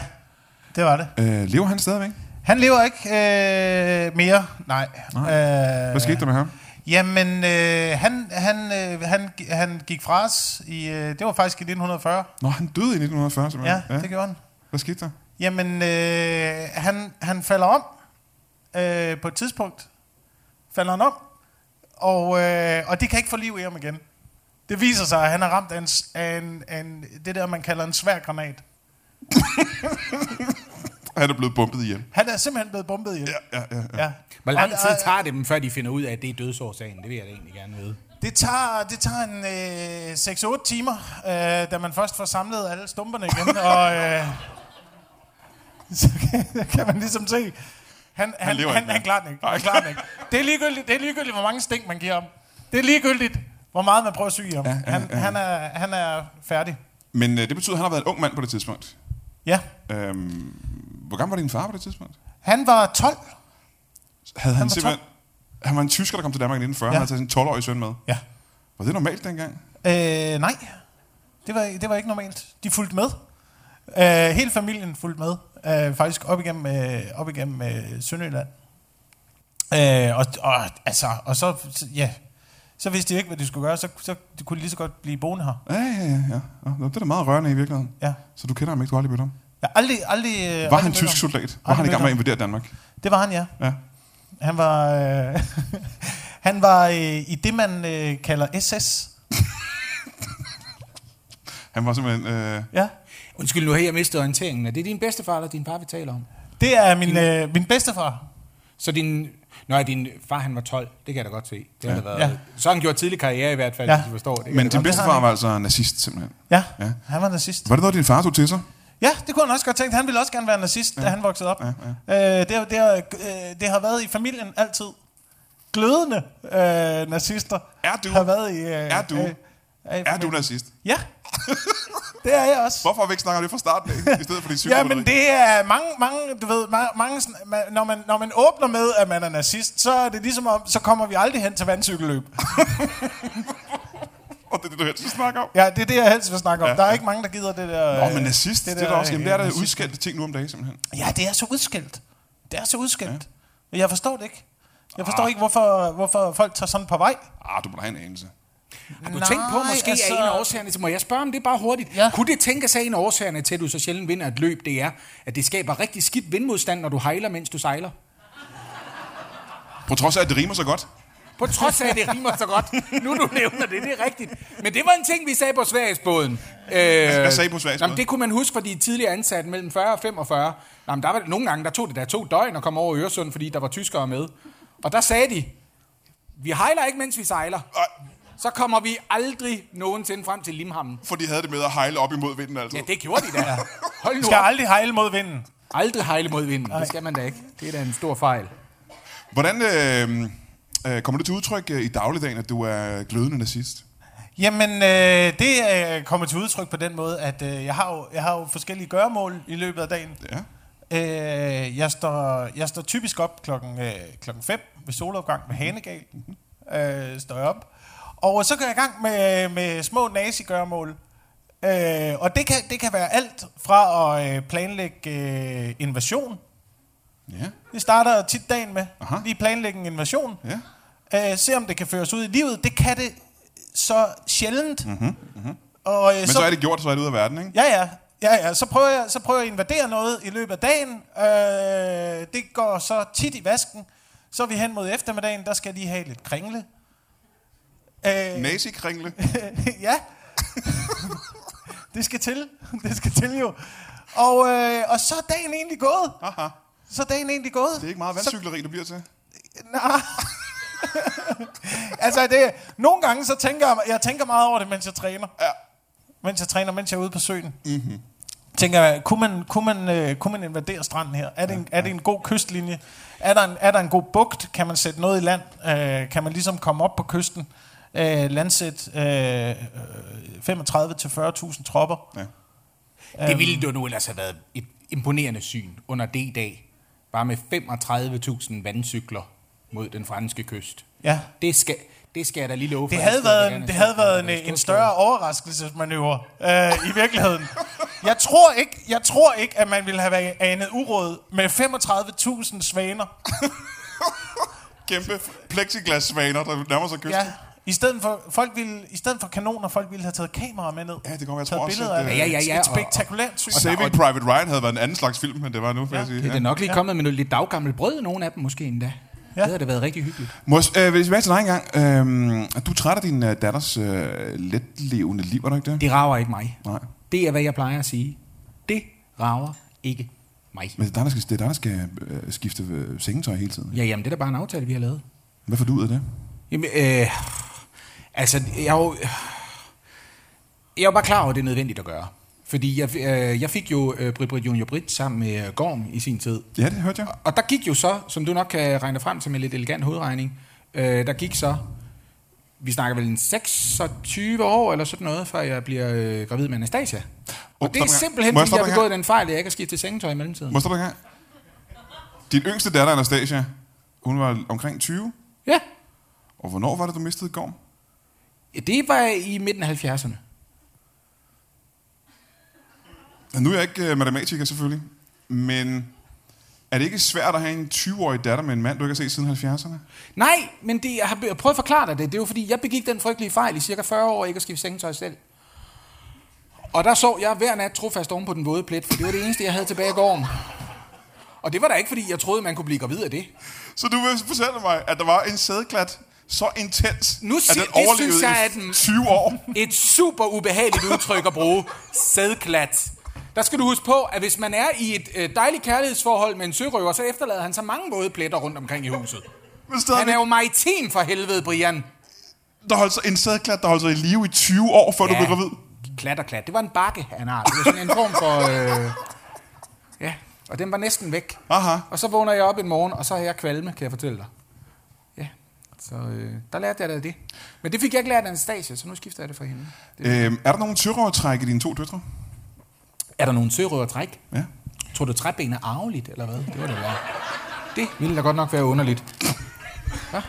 C: det var det.
B: Øh, lever han stadigvæk?
C: Han lever ikke øh, mere, nej. nej. Øh,
B: Hvad skete der med ham?
C: Jamen, øh, han, han, øh, han, han gik fra os i, øh, det var faktisk i 1940.
B: Nå, han døde i 1940, simpelthen.
C: Ja, ja. det gjorde han.
B: Hvad skete der?
C: Jamen, øh, han, han falder om øh, på et tidspunkt. Falder han om, og, øh, og det kan ikke få liv i ham igen. Det viser sig, at han er ramt af, en, s- af, en, af en, det der, man kalder en svær granat.
B: Han er blevet bumpet ihjel.
C: Han er simpelthen blevet bombet ihjel. Ja, ja, ja. ja.
D: Hvor
C: Og-
D: lang tid
C: og-
D: tager det dem, før de finder ud af, at det er dødsårsagen? Det vil jeg da egentlig gerne vide.
C: Det tager, det tager en øh, 6-8 timer, øh, da man først får samlet alle stumperne igen, og øh, så kan, kan man ligesom se, han, han,
B: lever
C: han, han,
B: ikke mere.
C: han klarer den ikke. Han klarer den ikke. Det, er ligegyldigt, det er ligegyldigt, hvor mange stink man giver ham. Det er ligegyldigt, hvor meget man prøver at syge ham. Ja, ja, han, ja. Han, er, han er færdig.
B: Men øh, det betyder, at han har været en ung mand på det tidspunkt.
C: Ja.
B: Øhm, hvor gammel var din far på det tidspunkt?
C: Han var 12.
B: Havde han,
C: var
B: simpelthen... Han var en tysker, der kom til Danmark i 1940. Ja.
C: Ja.
B: Han havde taget sin 12-årige søn med.
C: Ja.
B: Var det normalt dengang?
C: Øh, nej, det var, det var ikke normalt. De fulgte med. Øh, hele familien fulgte med. Øh, faktisk op igennem, øh, op igennem øh, Sønderjylland. Øh, og, og, altså, og så, så- ja, så vidste de ikke, hvad de skulle gøre. Så, så de kunne de lige så godt blive boende her.
B: Ja, ja, ja. ja. Nå, Det er da meget rørende i virkeligheden.
C: Ja.
B: Så du kender ham ikke, du har aldrig mødt ham.
C: Jeg har aldrig, aldrig, øh, aldrig
B: Var han
C: mødt
B: tysk
C: ham.
B: soldat? Var han
C: Aldrig
B: i gang med at
C: mødt
B: invadere Danmark?
C: Det var han, ja.
B: Ja.
C: Han var, øh, han var øh, i det, man øh, kalder SS.
B: Han var simpelthen... Øh,
C: Ja.
D: Undskyld, nu har jeg mistet orienteringen. Er det din bedstefar eller din far, vi taler om?
C: Det er min, øh, min bedstefar.
D: Så din... Nå, ja, din far han var 12, det kan jeg da godt se. Det ja. været,
C: Ja.
D: ja. Så har han gjort tidlig karriere i hvert fald,
C: Ja.
D: ja. hvis du forstår det.
B: men din
C: det har
B: bedstefar
C: han
B: var altså nazist, simpelthen.
C: Ja,
B: Ja.
C: ja. han var nazist.
B: Var det noget, din far tog til sig?
C: Ja, det kunne han også godt tænke. Han ville også gerne være nazist, ja. da han voksede op. Ja, ja. Øh, det, har- det, har, øh, det har været i familien altid. Glødende øh, nazister
B: Er du-
C: har været i... Øh,
B: er du-
C: Øh, er, i
B: Er du
C: familien.
B: nazist?
C: Ja, det er jeg også.
B: Hvorfor har vi ikke snakket om det fra starten af, i stedet for de syge
C: Ja, men det er mange, mange, du ved, mange, mange sådan- man, når, man, når man åbner med, at man er nazist, så er det ligesom om, så kommer vi aldrig hen til vandcykelløb.
B: Og det er det, du helst vil snakke om.
C: Ja, det er det, jeg helst vil snakke om. Ja, der er ikke mange, der gider det der...
B: Åh,
C: øh,
B: men nazist, det, det er da også, jamen, det er
C: øh,
B: der
C: nazist.
B: udskældte ting nu om dagen, simpelthen.
C: Ja, det er så udskældt. Det er så udskældt. Ja. Jeg forstår det ikke. Jeg forstår ikke, hvorfor, hvorfor folk tager sådan på vej.
B: Ah, du må da have en anelse.
D: Har du tænkt på, måske altså... er en af årsagerne til... Må jeg spørge om det bare hurtigt?
C: Ja.
D: Ja. Kunne det tænke sig en af årsagerne til, at du så sjældent vinder et løb, det er, at det skaber rigtig skidt vindmodstand, når du hejler, mens du sejler?
B: På trods af, at det rimer så godt.
D: På trods af, at det rimer så godt. Nu du nævner det, det er rigtigt. Men det var en ting, vi sagde på Sverigesbåden. Øh,
B: Hvad sagde I på Sveriges
D: Jamen, det kunne man huske, fordi tidligere ansat mellem 40 og 45. Jamen, der var, nogle gange der tog det der to døgn at komme over Øresund, fordi der var tyskere med. Og der sagde de, vi hejler ikke, mens vi sejler.
B: Ej.
D: Så kommer vi aldrig nogensinde frem til Limhamn.
B: For de havde det med at hejle op imod vinden altså. altid.
D: Ja, det gjorde de da. Hold nu
C: Skal
D: op.
C: aldrig hejle mod vinden.
D: Aldrig hejle mod vinden. Det skal man da ikke. Det er da en stor fejl.
B: Hvordan øh, øh, kommer det til udtryk øh, i dagligdagen, at du er glødende nazist?
C: Jamen, øh, det øh, kommer til udtryk på den måde, at øh, jeg, har jo, jeg har jo forskellige gøremål i løbet af dagen.
B: Ja.
C: Øh, jeg, står, jeg står typisk op klokken, øh, klokken 5 ved solopgang med hanegal. Øh, står jeg op. Og så går jeg i gang med, med små nazigørmål. Øh, og det kan, det kan være alt fra at øh, planlægge øh, invasion.
B: Ja.
C: Det starter jeg tit dagen med.
B: Aha.
C: Lige planlægge en invasion.
B: Ja.
C: Øh, se om det kan føres ud i livet. Det kan det så sjældent. Mm-hmm. Og, øh,
B: Mhm, Men så, er det gjort, så er det ud af verden, ikke?
C: Ja, ja. Ja, ja. Så prøver, jeg, så prøver jeg at invadere noget i løbet af dagen. Øh, det går så tit i vasken. Så er vi hen mod eftermiddagen, der skal jeg lige have lidt kringle. Øh,
B: Nazikringle.
C: ja. det skal til. Det skal til jo. Og, øh, og så er dagen egentlig gået.
B: Aha.
C: Så er dagen egentlig gået.
B: Det er ikke meget vandcykleri, det bliver til.
C: Nej. altså, det, nogle gange så tænker jeg, jeg tænker meget over det, mens jeg træner.
B: Ja.
C: Mens jeg træner, mens jeg er ude på søen. Mm-hmm. Tænker jeg, kunne man, kunne, man, øh, kunne man invadere stranden her? Er det en, er det en god kystlinje? Er der en, er der en god bugt? Kan man sætte noget i land? Øh, kan man ligesom komme op på kysten? Øh, landsæt øh, 35-40.000 tropper.
B: ja.
D: Det ville
C: Øhm.
D: jo nu ellers have været et imponerende syn under D-dag. Bare med 35.000 vandcykler mod den franske kyst.
C: Ja.
D: Det skal, det skal jeg da lige love for.
C: Det
D: Jeg
C: havde
D: står
C: været en,
D: gerne
C: det
D: og
C: havde
D: står på
C: været en,
D: det store
C: en større overraskelsesmanøvre øh, i virkeligheden. Jeg tror, ikke, jeg tror ikke, at man ville have været anet uråd med 35.000 svaner.
B: Kæmpe plexiglas-svaner, der nærmer sig kysten.
C: Ja. I stedet, for, folk ville, I stedet for kanoner, folk ville have taget kameraer med ned.
B: Ja, det kan godt være, jeg
C: Taget
B: tror også,
C: billeder
B: at,
C: af det.
D: øh, Ja, ja, ja,
C: Et
D: og- og-
C: spektakulært syn.
B: Saving Private Ryan havde været en anden slags film, end det var nu, vil jeg sige.
D: Det er da
B: Ja.
D: nok lige kommet med noget lidt daggammelt brød, nogle af dem måske endda. Ja. Det havde da været rigtig hyggeligt.
B: Må jeg, s- øh, vil jeg tilbage til dig engang. Øhm, du er træt af din øh, datters øh, letlevende liv, er du ikke det?
D: Det rager ikke mig.
B: Nej.
D: Det er, hvad jeg plejer at sige. Det rager ikke mig.
B: Men det er dig, der skal, det er dig, der skal øh, skifte øh, sengetøj hele tiden.
D: Ja, jamen, det er da bare en aftale, vi har lavet.
B: Hvad får du ud af det?
D: Jamen, øh, altså, jeg er jo, jeg er jo bare klar over, at det er nødvendigt at gøre. Fordi jeg, øh, jeg fik jo øh, Britt Britt Junior Britt sammen med øh, Gorm i sin tid.
B: Ja, det hørte jeg.
D: Og der gik jo så, som du nok kan regne dig frem til med lidt elegant hovedregning, øh, der gik så, vi snakker vel en 26 år eller sådan noget, før jeg bliver øh, gravid med Anastasia. Og
B: Oh, stop
D: det er
B: en gang.
D: simpelthen,
B: Må jeg
D: fordi jeg
B: stoppe
D: har
B: en
D: begået den fejl, at jeg ikke har skiftet sengetøj i mellemtiden.
B: Må jeg stoppe en gang? Din yngste datter, Anastasia, hun var omkring 20.
D: Ja,
B: Og hvornår var det, du mistede Gorm?
D: det var i midten af 70'erne.
B: Nu er jeg ikke øh, matematiker, selvfølgelig. Men er det ikke svært at have en 20-årig datter med en mand, du ikke har set siden 70'erne?
D: Nej, men det, jeg har be- prøvet at forklare dig det. Det er jo fordi, jeg begik den frygtelige fejl i cirka 40 år, ikke at skifte sengetøj selv. Og der så jeg hver nat trofast oven på den våde plet, for det var det eneste, jeg havde tilbage i gården. Og det var da ikke, fordi jeg troede, man kunne blive gravid af det.
B: Så du vil fortælle mig, at der var en sædklat så intens,
D: Nu
B: at
D: sig-
B: den
D: det
B: overlevede
D: synes jeg,
B: i
D: at den-
B: 20 år.
D: Et super ubehageligt udtryk at bruge. Sædklat. Der skal du huske på, at hvis man er i et øh, dejligt kærlighedsforhold med en sørøver, så efterlader han så mange våde pletter rundt omkring i huset.
B: Men
D: Han er
B: stadig,
D: jo maritim for helvede, Brian.
B: der holdt sig en sædklat, der holdt sig i live i 20 år, før du
D: Ja.
B: blev gravid.
D: Klat og klat. Det var en bakke, han har. Det var sådan en form for... Øh, ja, og den var næsten væk.
B: Aha.
D: Og så vågner jeg op en morgen, og så har jeg kvalme, kan jeg fortælle dig. Ja, så øh, der lærte jeg da det. Men det fik jeg ikke lært af Anastasia, så nu skifter jeg det for hende. Det.
B: Øhm, er der nogen sørøvertræk i dine to døtre?
D: Er der nogen sørøver træk?
B: Ja.
D: Tror du, træben er arveligt, eller hvad? Det var det værd. Det ville da godt nok være underligt. Hva?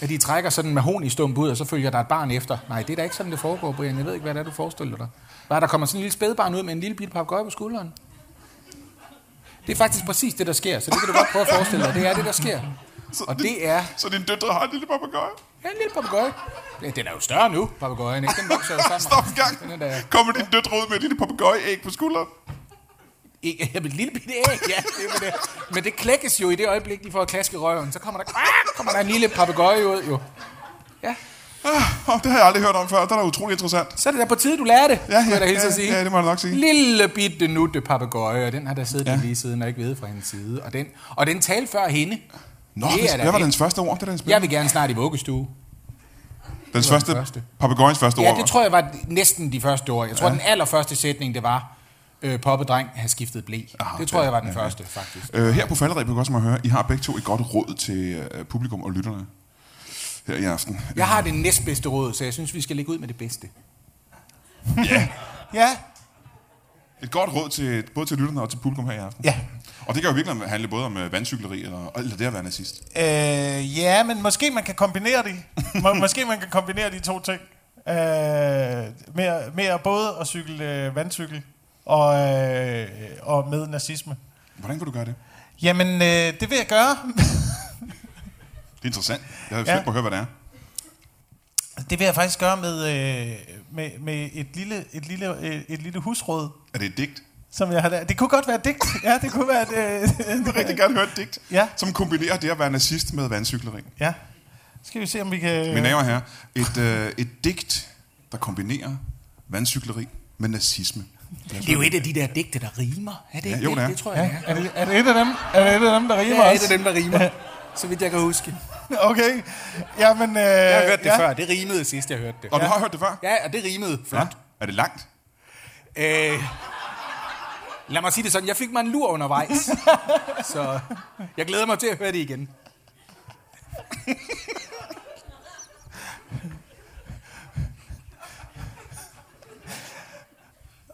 D: At de trækker sådan en mahonistump ud, og så følger der et barn efter. Nej, det er da ikke sådan, det foregår, Brian. Jeg ved ikke, hvad det er, du forestiller dig. Hvad, der kommer sådan en lille spædbarn ud med en lille bitte papegøje på skulderen? Det er faktisk præcis det, der sker, så det kan du godt prøve at forestille dig. Det er det, der sker. Og det er
B: Så dine døtre har en lille papagøje?
D: ja, en lille papegøje. Ja, den er jo større nu, papegøjen, ikke? Den vokser jo sammen.
B: Stop en gang.
D: Den er da-
B: Kommer dine døtre ud med dine papagøjeæg på skulderen?
D: Æg, ja, med et lille bitte æg, ja. Det var det. Men det klækkes jo i det øjeblik, de får et klask i røven. Så kommer der, ah, kommer der en lille papegøje ud, jo. Ja,
B: Ah, oh, det har jeg aldrig hørt om før. Det er da utrolig interessant.
D: så er det da på tide, du lærer det,
B: Ja,
D: skulle jeg da
B: ja,
D: hilse at
B: ja,
D: sige.
B: ja, det må jeg nok sige.
D: Lille bitte nutte papegøje, og den har der siddet ja. lige siden og ikke ved fra hendes side. Og den, og den talte før hende.
B: Nå,
D: Det
B: det
D: er da
B: hvad var
D: vildt.
B: dens første ord? Det er dens,
D: Jeg vil gerne snart i vuggestue.
B: dens første,
D: første.
B: papagøjens første
D: Ja,
B: ord.
D: det tror jeg var næsten de første ord. Jeg tror, ja. den allerførste sætning, det var, øh, poppedreng har skiftet blæ. det tror jeg var den første, faktisk.
B: Ah, Øh, her på Falderæbet kan også mig høre, I har begge to et godt råd til øh, publikum og lytterne her i aften.
D: Jeg har det næstbedste råd, så jeg synes, vi skal lægge ud med det bedste.
C: Ja,
B: Et godt råd til både til lytterne og til publikum her i aften.
C: Ja.
B: Og det kan jo virkelig handle både om øh, vandcykleri og, og eller det at være nazist.
C: Øh, ja, men måske man kan kombinere de. Må, måske man kan kombinere de to ting. Øh, mere, mere både at cykle øh, vandcykel og, øh, og med nazisme.
B: Hvordan kan du gøre det?
C: Jamen, øh, det vil jeg gøre.
B: Det er interessant. Jeg er
C: Ja.
B: fedt på at høre, hvad det er.
C: det vil jeg faktisk gøre med, øh, med, med et, lille, et, lille, øh, et lille husråd,
B: Er det et digt?
C: som jeg har lavet. Det kunne godt være et digt. Ja, det kunne være et... Øh,
B: Jeg vil rigtig gerne høre et digt,
C: Ja.
B: som kombinerer det at være nazist med vandcykleri.
C: ja. Skal vi se, om vi kan...
B: Mine damer og herrer, et, øh, et digt, der kombinerer vandcykleri med nazisme.
D: Det er jo et af de der digte, der rimer. Er det ikke
B: jo, det er.
D: det tror jeg,
C: Ja,
D: det er.
C: er, det, er det et af dem, er det et af dem der rimer
D: Det er et
C: også?
D: af dem, der rimer, så vidt jeg kan huske.
C: Okay. Jamen, øh,
D: Jeg har hørt det
C: ja.
D: ja. før. Det rimede sidst, jeg hørte det.
B: Og du har hørt det før?
D: Ja, og det rimede. Flot.
B: Er det langt?
D: Ja. Øh, lad mig sige det sådan. Jeg fik mig en lur undervejs. så jeg glæder mig til at høre det igen.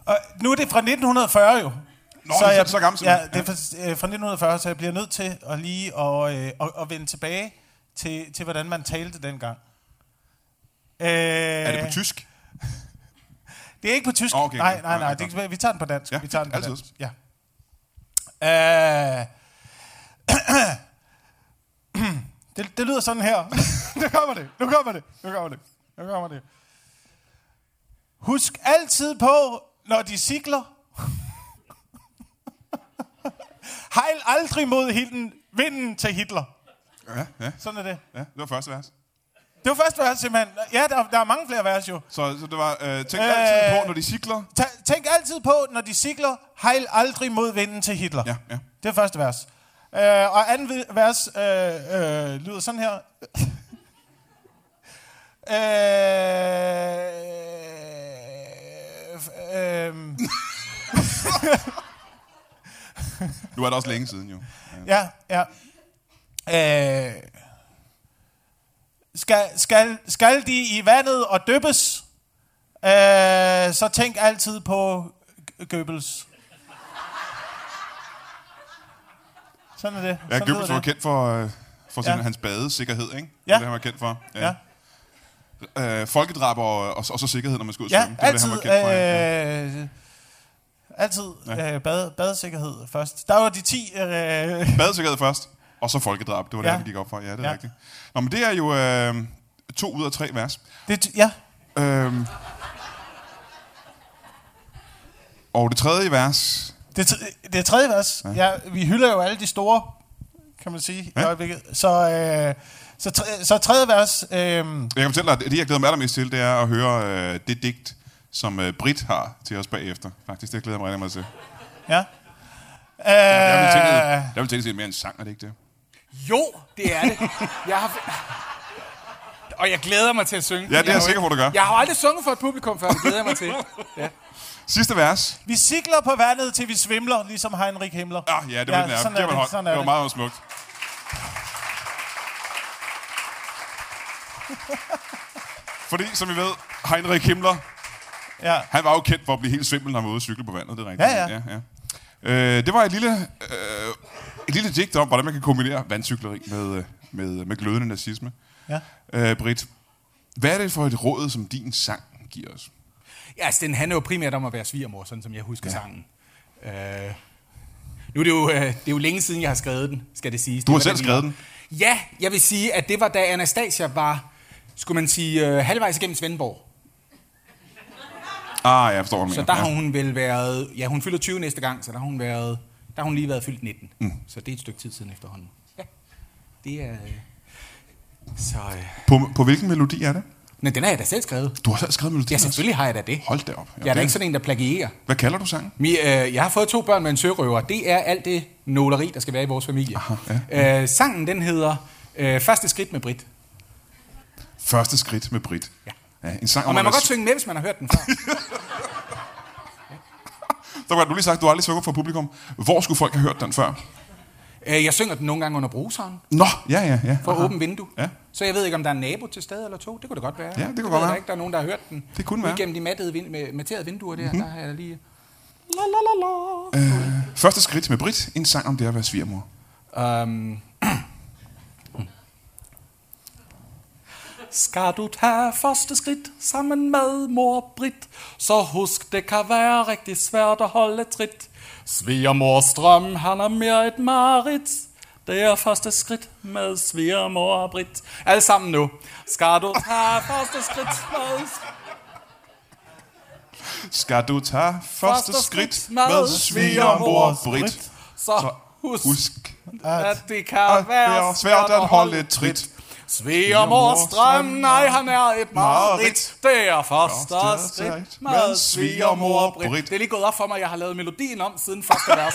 C: Og nu er det fra 1940 jo.
B: Nå, det er så- så gammelt
C: Ja,
B: simpelthen.
C: det er fra, øh, fra 1940, så jeg bliver nødt til at lige at, øh, at, at vende tilbage til, til, hvordan man talte dengang. Øh,
B: Er det på tysk?
C: Det er ikke på tysk.
B: Nå, Ah, okay,
C: nej,
B: okay.
C: nej,
B: Nej,
C: nej. Det, kan- vi tager den på dansk.
B: Ja,
C: vi tager den på
B: altid.
C: dansk. Ja. Øh, det, det lyder sådan her. nu kommer det. Nu kommer det. Nu kommer det. Nu kommer det. Husk altid på, når de cykler. Hejl aldrig mod hilden, vinden til Hitler.
B: Ja, ja.
C: Sådan er det.
B: ja det var første vers.
C: Det var første vers, simpelthen. Ja, der, der er mange flere vers jo.
B: Så, så det var, øh, tænk altid på, når de cykler.
C: Ta- tænk altid på, når de cykler, hejl aldrig mod vinden til Hitler.
B: Ja, ja.
C: Det er første vers. Øh, og anden vi- vers øh, øh, lyder sådan her. øh, f- øhm,
B: Nu er det også længe siden jo.
C: ja, ja. Øh, skal, skal, skal de i vandet og dyppes, øh, så tænk altid på G- Goebbels. Sådan er det.
B: Ja,
C: Sådan
B: Goebbels var
C: lyder det.
B: kendt for, øh, for sin,
C: Ja.
B: hans badesikkerhed, ikke? Det
C: Ja.
B: var det, han var kendt for.
C: Ja.
B: Øh, folkedrab og, og, og, så sikkerhed, når man skal ud og
C: Ja,
B: svømme. Det var
C: altid.
B: det, han var kendt for. ja.
C: Øh, altid øh, bad, badesikkerhed først. Der var de 10... Øh,
B: Badesikkerhed først, og så folkedrab. Det var ja.
C: Ja.
B: det, han gik op for. Ja, det er ja.
C: Ja.
B: rigtigt. Nå, men det er jo øh, to ud af tre vers.
C: det, ja,
B: Øh, og det tredje vers,
C: Det, t- det tredje vers, ja. Ja, vi hylder jo alle de store, kan man sige, ja.
B: Ja.
C: i øjeblikket. Så, øh, så, tre, så tredje vers, øh,
B: Jeg kan fortælle dig, at det, jeg glæder mig allermest til, det er at høre øh, det digt, som øh, Britt har til os bagefter. Faktisk, det glæder jeg mig rigtig meget til.
C: ja. Øh,
B: Jeg vil tænke, jeg vil tænke, at det er mere en sang, er det ikke det?
D: Jo, det er det. Jeg har... og jeg glæder mig til at synge.
B: Ja, det er jeg
D: har
B: sikker på, du gør.
D: Jeg har jo aldrig sunget for et publikum før, det glæder jeg mig til. Ja.
B: Sidste vers.
C: Vi sikler på vandet, til vi svimler, ligesom Heinrich Himmler.
B: Ah, ja, det var ja, den
C: sådan
B: der.
C: er
B: Giv mig en
C: det.
B: hånd.
C: Sådan
B: Det
C: er
B: var
C: det.
B: meget, meget smukt. Fordi, som I ved, Heinrich Himmler,
C: Ja.
B: han var jo kendt for at blive helt svimmel, når han var ude at cykle på vandet. Det er rigtigt.
C: Ja, ja.
B: ja, ja. Øh, det var et lille, øh, et lille digt om, hvordan man kan kombinere vandcykleri med, øh, med, med glødende nazisme.
C: Ja.
B: Øh, Britt, hvad er det for et råd, som din sang giver os?
D: Ja, altså, den handler jo primært om at være svigermor, sådan som jeg husker ja. sangen. Øh, nu er det, jo, øh, det er jo længe siden, jeg har skrevet den, skal det siges.
B: Du
D: Det
B: har
D: var,
B: selv
D: da vi-
B: skrevet den?
D: Ja, jeg vil sige, at det var, da Anastasia var, skulle man sige, øh, halvvejs igennem Svendborg.
B: Ah, ja, jeg forstår, hvad du
D: Så
B: mener.
D: der
B: ja.
D: har hun vel været... Ja, hun fylder 20 næste gang, så der har hun, været, der har hun lige været fyldt 19. Mm. Så det er et stykke tid siden efterhånden. Ja, det er... øh, Så... Øh,
B: På, på hvilken melodi er det?
D: men den har jeg da selv skrevet.
B: Du har selv skrevet melodien
D: Ja,
B: også.
D: selvfølgelig har jeg da det.
B: Hold da op. Ja,
D: Jeg er
B: det-
D: da ikke sådan en, der plagierer.
B: Hvad kalder du sangen?
D: Mi, øh, jeg har fået to børn med en sørøver. Det er alt det nåleri, der skal være i vores familie. Aha, ja. øh, sangen, den hedder øh, Første skridt med Brit.
B: Første skridt med Brit.
D: Ja.
B: ja en sang om
D: Og man må
B: at være
D: godt synge med, hvis man har hørt den før.
B: Så godt, du lige sagt, du har aldrig sunget for publikum. Hvor skulle folk have hørt den før?
D: øh, jeg synger den nogle gange under bruseren,
B: Nå, ja, ja, ja.
D: for åbent vindue.
B: Ja.
D: Så jeg ved ikke, om der er en nabo til stede eller to. Det kunne det godt være.
B: det kunne
D: det
B: godt
D: ved jeg
B: være.
D: da Ikke, der er nogen, der har hørt den.
B: Det kunne
D: Lige
B: være. Mhm.
D: Gennem de mattede vind, med, matterede vinduer der, mm-hmm. der har jeg lige... La,
B: Første skridt med Brit, en sang om det at være svigermor.
D: la, la. Um, Skal du tage første skridt sammen med mor Brit, så husk, det kan være rigtig svært at holde trit. Svigermors drøm, han er mere et mareridt. Det er første skridt med svigermor og Brit. Alle sammen nu. Skal du tage første skridt med
B: Skal du tage første,
D: Første skridt
B: skridt
D: med
B: med svigermor
D: svigermor
B: Brit,
D: så husk,
B: husk
D: at det kan
B: at være svært at holde et trit.
D: Svigermors drøm, nej, han er et mareridt. Det er første
B: Første
D: skridt
B: skridt med svigermor
D: med svigermor
B: Britt.
D: Britt. Det er lige gået op for mig, jeg har lavet melodien om siden første vers.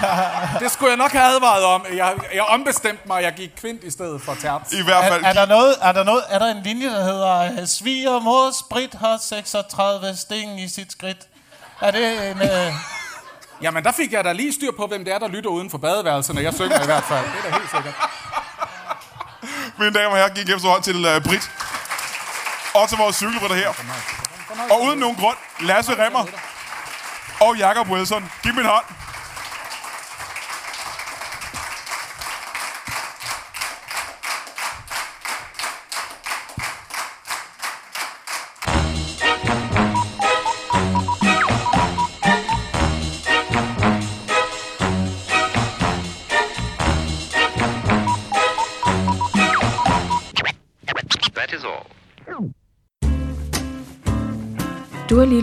D: Det skulle jeg nok have advaret om. Jeg, jeg ombestemte mig, jeg gik kvint i stedet for terts.
B: I hvert fald,
C: Er, er, der noget, er, der noget, er der en linje, der hedder øh, Svigermor Sprit har 36 sting i sit skridt? Er det en... Øh,
D: Jamen, der fik jeg da lige styr på, hvem det er, der lytter uden for badeværelset, når jeg synger i hvert fald. Det er da helt sikkert.
B: mine damer og herrer, gik efter hånd til uh, Brit. Og til vores cykelrytter her. Og uden nogen grund, Lasse Remmer og Jakob Wilson. Giv min hånd.
E: That is all.
F: Du har lige